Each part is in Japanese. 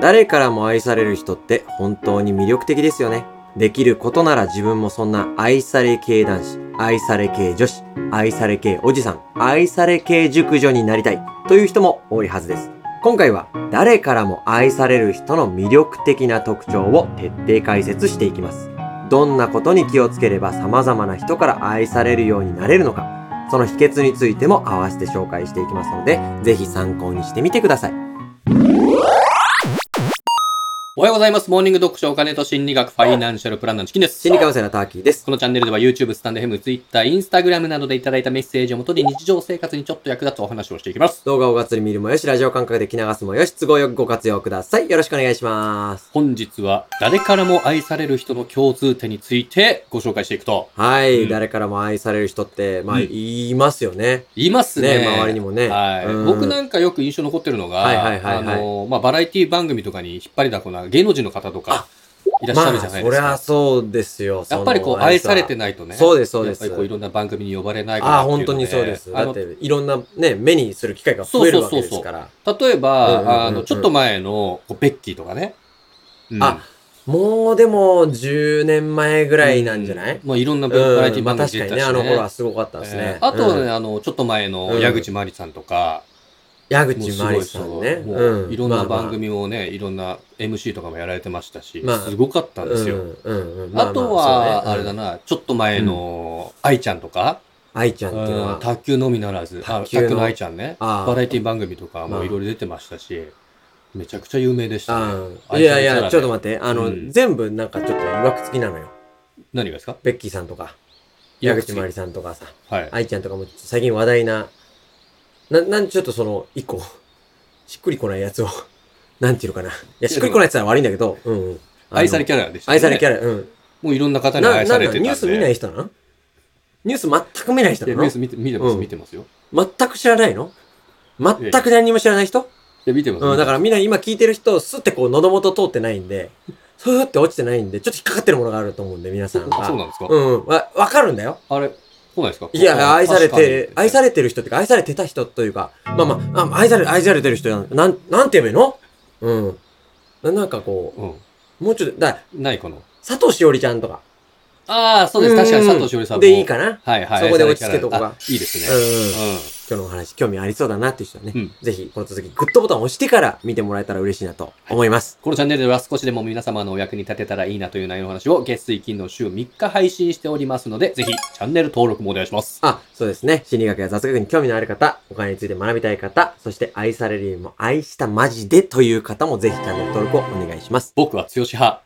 誰からも愛される人って本当に魅力的ですよね。できることなら自分もそんな愛され系男子、愛され系女子、愛され系おじさん、愛され系熟女になりたいという人も多いはずです。今回は誰からも愛される人の魅力的な特徴を徹底解説していきます。どんなことに気をつければ様々な人から愛されるようになれるのか、その秘訣についても合わせて紹介していきますので、ぜひ参考にしてみてください。おはようございます。モーニング読書お金と心理学ファイナンシャルプランナーのチキンです。心理カウンセラーターキーです。このチャンネルでは YouTube、スタンド FM、Twitter、Instagram などでいただいたメッセージをもとに日常生活にちょっと役立つお話をしていきます。動画をがっつり見るもよし、ラジオ感覚で聞き流すもよし、都合よくご活用ください。よろしくお願いします。本日は誰からも愛される人の共通点についてご紹介していくとはい、うん誰からも愛される人って、まあ、うん言いますよね。言いますね。ね周りにもねはい、うん僕なんかよく印象残ってるのが、はいはいはいはいあの、まあ、バラエティ番組とかに引っ張りだこな芸能人の方とかいらっしまゃあ、るじゃないそでりすゃか。そうですよ。やっぱりこうその愛されてないとね。そうです、そうです。やっぱりこういろんな番組に呼ばれないからああ、本当にそうです。あだのって、いろんなね、目にする機会が増えるわけですから。うんう例えんうんうんば、あの、ちょっと前の、こうベッキーとかね。うんあもうでも、10年前ぐらいなんじゃない、うんまあ、いろんなバうんラエティまあ番組確出かにてたしね、あの頃はすごかったですえね。ーあとはうね、んあの、ちょっと前うのん矢口真理さんとか、矢もう口す真ごい理すさんごね。いもういろんなまあま番あ組をね、いろんな MC とかもやられてましたしまあ、すごかったんですよ。うんうんうんまあまとそうは、ねあれだな、ちょっと前の、愛ちゃんとか、愛ちゃんっていうのうんは、卓球のみならず、あ卓球の卓の愛ちゃんね、ああバラエティ番組とかもいろいろ出てましたし、めちゃくちゃ有名でしたね。うんいやいや、ちょっと待っ待って、て。あの、うん全部なんかちょっといわくつきなのよ。何がですかベッキーさんとか、矢口真理さんとかさ、はい。愛ちゃんとかも最近話題な、な、なん、ちょっとその、一個、しっくりこないやつを、 なんていうのかな。いや、しっくりこないやつは悪いんだけど、うんうん。あの愛されキャラでした、ね。愛されキャャラ、うん。ラ。もういろんな方にな、愛なさんれだ、てたんで。ニュース見ない人なのニュース全く見ない人いやなニューのス見て、見てます、うん見てますよ。全く知らないの全く何にも知らない人いや、見てます。うん、だからら、みんな今聞いてる人、すってこう喉元通ってないんで、 ふーって落ちてないんで、ちょっと引っかかってるものがあると思うんで、皆さんが。そうなんですか、うんうん、わ、わかるんだよ。あれ、来ないですかいや、愛されて、愛されれてる人っていうか、愛されてた人というか、まあまあ、あ愛され、愛されてる人なん、なん、なんて言えばいいのうんな。なんかこうう、もうちょっと、だからん。ないかな。佐藤しおりちゃんとか。ああ、そうです。確かにん佐藤しおりさんも。でいいかなはいはい。そこで愛さ落ち着けれキャラとこがあいいですうんね。うん。うん。今日のお話、興味ありそうだなっていう人はね、うんぜひ、この続き、グッドボタンを押してから見てもらえたら嬉しいなと思います。このチャンネルでは少しでも皆様のお役に立てたらいいなという内容の話を月水金の週3日配信しておりますので、ぜひチャンネル登録もお願いします。あ、そうですね。心理学や雑学に興味のある方、お金について学びたい方、そして愛されるよりも愛したマジでという方もぜひチャンネル登録をお願いします。僕は強し派。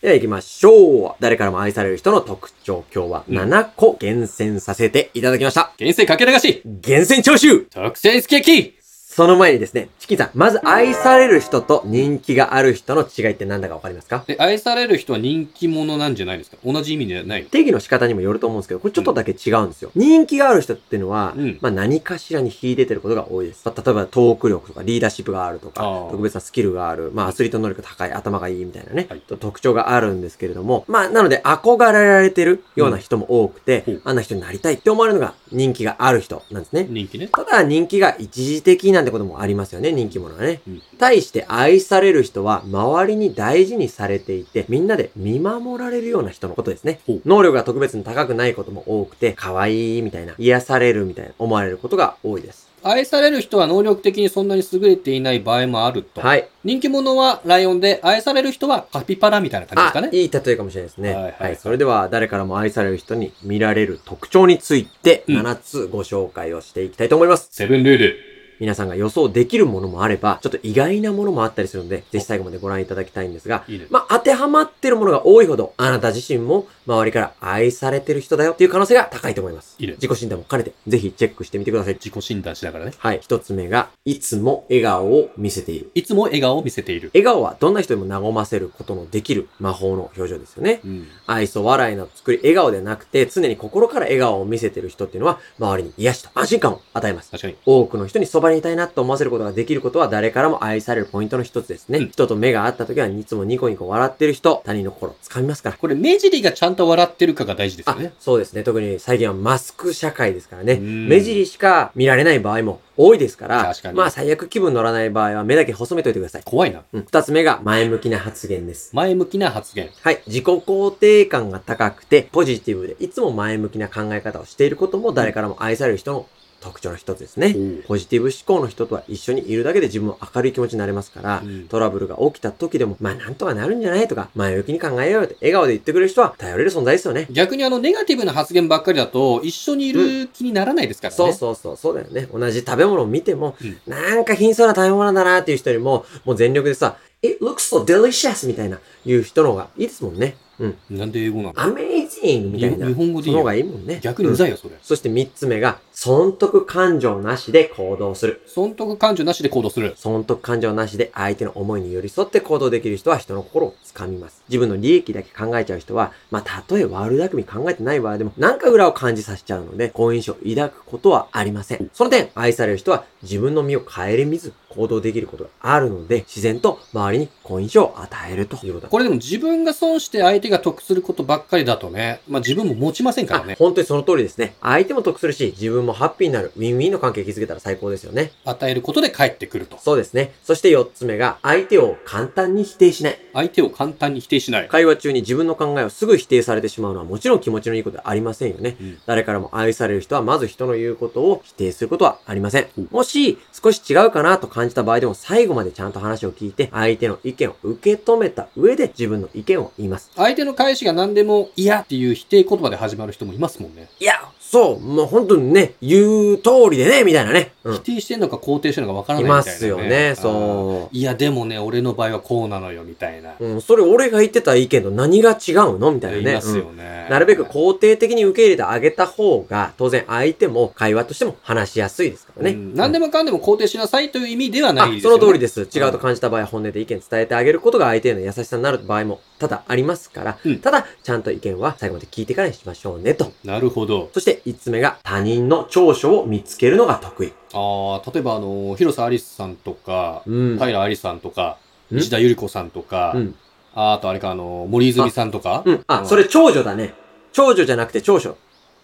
では行きましょう。誰からも愛される人の特徴、今日は7個厳選させていただきました。厳選かけ流し厳選徴収特選スケーキその前にですね、チキンさん、まず愛される人と人気がある人の違いって何だかわかりますかで、愛される人は人気者なんじゃないですか同じ意味じゃないの定義の仕方にもよると思うんですけど、これちょっとだけ違うんですよ。人気がある人っていうのは、うんまあ何かしらに秀でてることが多いです。まあ例えばトーク力とかリーダーシップがあるとかあー、特別なスキルがある、まあアスリート能力が高い、頭がいいみたいなね、はいと特徴があるんですけれども、まあなので憧れられてるような人も多くて、うんあんな人になりたいって思われるのが人気がある人なんですね。人気ね。ただ人気が一時的なんてこともありますよね、人気者はね。うん対して愛される人は周りに大事にされていて、みんなで見守られるような人のことですねほう。能力が特別に高くないことも多くて、可愛いみたいな、癒されるみたいな思われることが多いです。愛される人は能力的にそんなに優れていない場合もあると。はい。人気者はライオンで、愛される人はカピバラみたいな感じですかあね、。いい例えかもしれないですね。ははいい、はいはいそれでは、誰からも愛される人に見られる特徴について、うん7つご紹介をしていきたいと思います。セブンルール。皆さんが予想できるものもあれば、ちょっと意外なものもあったりするので、ぜひ最後までご覧いただきたいんですが、いいね。まあ、当てはまってるものが多いほど、あなた自身も周りから愛されてる人だよっていう可能性が高いと思います。いいね自己診断も兼ねて、ぜひチェックしてみてください。自己診断しながらね。はい。一つ目が、いつも笑顔を見せている。いつも笑顔を見せている。笑顔はどんな人にも和ませることのできる魔法の表情ですよね。うん。愛想笑いの作り、笑顔でなくて、常に心から笑顔を見せてる人っていうのは、周りに癒しと安心感を与えます。確かに。多くの人にそば場にいたいなと思わせることができることは誰からも愛されるポイントの一つですね。うん人と目が合った時はいつもニコニコ笑ってる人、他人の心掴みますから。これ目尻がちゃんと笑ってるかが大事ですよあね。、そうですね。特に最近はマスク社会ですからね。うん目尻しか見られない場合も多いですから、確かにまあ最悪気分乗らない場合は目だけ細めといてください。怖いな。うん。二つ目が前向きな発言です。前向きな発言。はい。自己肯定感が高くて、ポジティブで、いつも前向きな考え方をしていることも誰からも愛される人の特徴の一つですね。ポジティブ思考の人とは一緒にいるだけで自分も明るい気持ちになれますから、うんトラブルが起きた時でも、まあなんとかなるんじゃないとか、前向きに考えようよって笑顔で言ってくれる人は頼れる存在ですよね。逆にあの、ネガティブな発言ばっかりだと、一緒にいる気にならないですからね。そうそうそう、そうだよね。同じ食べ物を見ても、うんなんか貧相な食べ物だなっていう人よりも、もう全力でさ、It looks so delicious! みたいな、いう人の方がいいですもんね。うん。なんで英語なの Amazing! みたいな。日本語でそいいの方よがいいもんね。逆にうい。ざいよ、それ。そして三つ目が、損得感情なしで行動する。損得感情なしで行動する。損得感情なしで相手の思いに寄り添って行動できる人は人の心を掴みます。自分の利益だけ考えちゃう人は、まあ、たとえ悪巧み考えてない場合でも、なんか裏を感じさせちゃうので、好印象を抱くことはありません。その点、愛される人は自分の身を顧みず行動できることがあるので、自然と周りに好印象を与えるということだ。これでも自分が損して相手が得することばっかりだとね、まあ自分も持ちませんからあね。本当にその通りですね。相手も得するし、自分もハッピーになる、ウィンウィンの関係築けたら最高ですよね。与えることで返ってくると。そうですね。そして4つ目が、相手を簡単に否定しない。相手を簡単に否定しない。会話中に自分の考えをすぐ否定されてしまうのはもちろん気持ちのいいことではありませんよね。うん誰からも愛される人はまず人の言うことを否定することはありませんうん。もし少し違うかなと感じた場合でも最後までちゃんと話を聞いて相手の意見を受け止めた上で自分の意見を言います。相手の返しが何でも嫌っていう否定言葉で始まる人もいますもんね。いや、そう、もう本当にね、言う通りでね、みたいなね。うん否。定してんのか肯定してんのかわからいないみたいな、。ますよね、そういや、でもね、俺の場合はこうなのよ、みたいな。う。うん、それ俺が言ってた意見と何が違うのみたいなね。いますうんよね。なるべく肯定的に受け入れてあげた方が、当然相手も会話としても話しやすいですからね。うん何でもかんでも肯定しなさいという意味ではないあですそよね。の通りです。違うと感じた場合は本音で意見伝えてあげることが相手への優しさになる場合も多々ありますから、うんただ、ちゃんと意見は最後まで聞いてからにしましょうねと。なるほど。そして5つ目が他人の長所を見つけるのが得意。ああ、例えばあの、広瀬アリスさんとか、うん。平アリスさんとか、うん石田ゆり子さんとか、うん。ああとあれか、あの、森泉さんとか、うん。あ、うんそれ長女だね。長女じゃなくて長所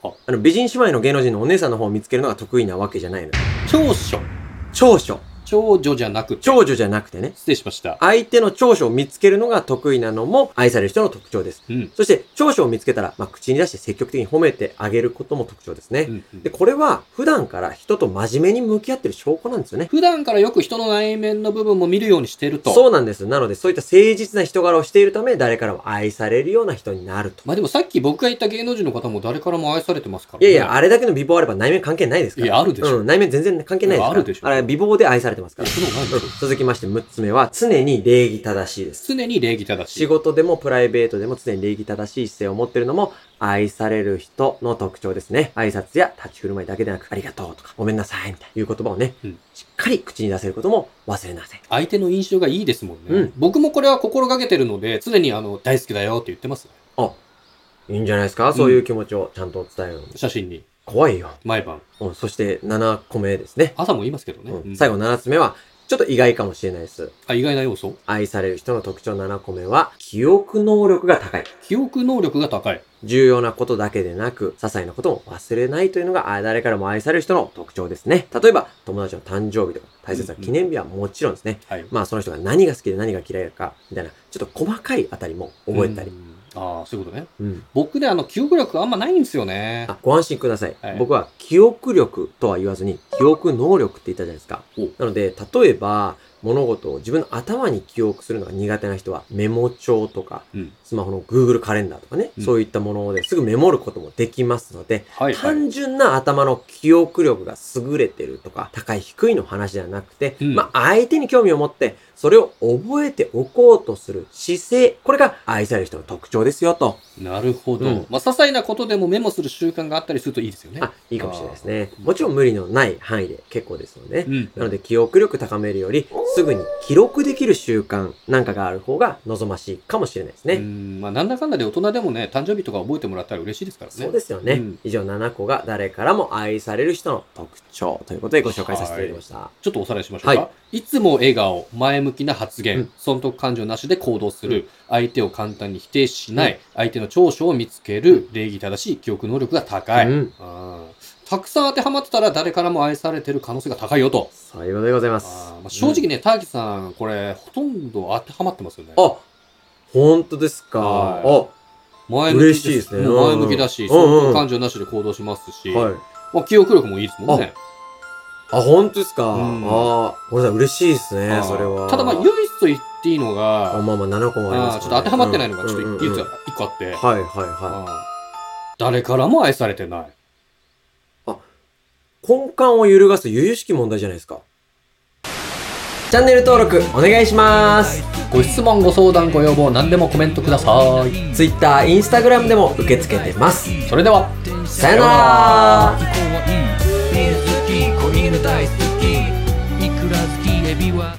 あ。あの、美人姉妹の芸能人のお姉さんの方を見つけるのが得意なわけじゃないの。長所。長所。長女じゃなくて、長女じゃなくてね。失礼しました。相手の長所を見つけるのが得意なのも愛される人の特徴です。うん。そして長所を見つけたら、まあ、口に出して積極的に褒めてあげることも特徴ですね。うんで、これは普段から人と真面目に向き合ってる証拠なんですよね。普段からよく人の内面の部分も見るようにしてると。そうなんです。なので、そういった誠実な人柄をしているため、誰からも愛されるような人になると。まあでもさっき僕が言った芸能人の方も誰からも愛されてますかいらね。やいや、あれだけの美貌あれば内面関係ないですから。いやあるでしょうん、内面全然関係ないですから。あるでしょあれ、美貌で愛されてますから。いやそんなことないでうんしょ続きまして、6つ目は、常に礼儀正しいです。常に礼儀正し仕い。事でもプライベートでも常に礼儀正しい姿勢を持っているのも愛される人の特徴ですね。挨拶や立ち振る舞いだけでなく、ありがとうとか、ごめんなさいみたいないう言葉をね、うんしっかり口に出せることも忘れなさい。相手の印象がいいですもんね。うん僕もこれは心がけてるので、常にあの、大好きだよって言ってますね。いいんじゃないですかそういう気持ちをちゃんと伝えるの。写真に、怖いよ。毎晩。うんそして7個目ですね。朝も言いますけどね。うんうん最後7つ目は、ちょっと意外かもしれないです。あ、意外な要素愛される人の特徴7個目は、記憶能力が高い。記憶能力が高い。重要なことだけでなく、些細なことも忘れないというのが、あ誰からも愛される人の特徴ですね。例えば、友達の誕生日とか、大切な記念日はもちろんですね。はい。まあ、その人が何が好きで何が嫌いか、みたいな、ちょっと細かいあたりも覚えたりう。ん。ああ、そういうことね。うん。僕ね、あの、記憶力あんまないんですよね。あ、ご安心ください。はい僕は、記憶力とは言わずに、記憶能力って言ったじゃないですかお。なので、例えば、物事を自分の頭に記憶するのが苦手な人は、メモ帳とか、うん。スマホの Google カレンダーとかね、うんそういったものですぐメモることもできますので、はい、はい。単純な頭の記憶力が優れてるとか、高い低いの話ではなくて、うんまあ相手に興味を持って、それを覚えておこうとする姿勢、これが愛される人の特徴ですよと。なるほど。うんまあ、些細なことでもメモする習慣があったりするといいですよね。あ、いいかもしれないですね。もちろん無理のない範囲で結構ですので、うん。なので記憶力高めるより、すぐに記録できる習慣なんかがある方が望ましいかもしれないですね。うん、まあ、なんだかんだで大人でもね、誕生日とか覚えてもらったら嬉しいですからね。そうですよね、うん以上7個が誰からも愛される人の特徴ということでご紹介させていただきました。ちょっとおさらいしましょうか。、はいつも笑顔、前向きな発言、うん損得感情なしで行動する、う相手を簡単に否定しない、相手の長所を見つける、礼儀正しい記憶能力が高い、うんあーたくさん当てはまってたら誰からも愛されてる可能性が高いよと。そういうことでございます。あーまあ、正直ね、ターキさん、これ、ほとんど当てはまってますよね。うん、あ、本当ですか。あ、は前向き嬉しいですねもう前向きだし、うんうん損得感情なしで行動しますし、はい。まあ、記憶力もいいですもんね。あ、本当ですか。うんああ、ごめんなさい、嬉しいですねあ、ーそれは。ただ、まあ、唯一と言っていいのあが、まあまあ、7個もありまあす、あちょっと当てはまってないのが、うんちょっとうん唯うん一うん一個あって、はいはいはああ誰からも愛されてない。い。根幹を揺るがす由々しき問題じゃないですか。チャンネル登録お願いします。ご質問、ご相談、ご要望、何でもコメントください。 Twitter、Instagram でも受け付けてます。それでは。さよなら犬好き子犬大好きいくら好きエビは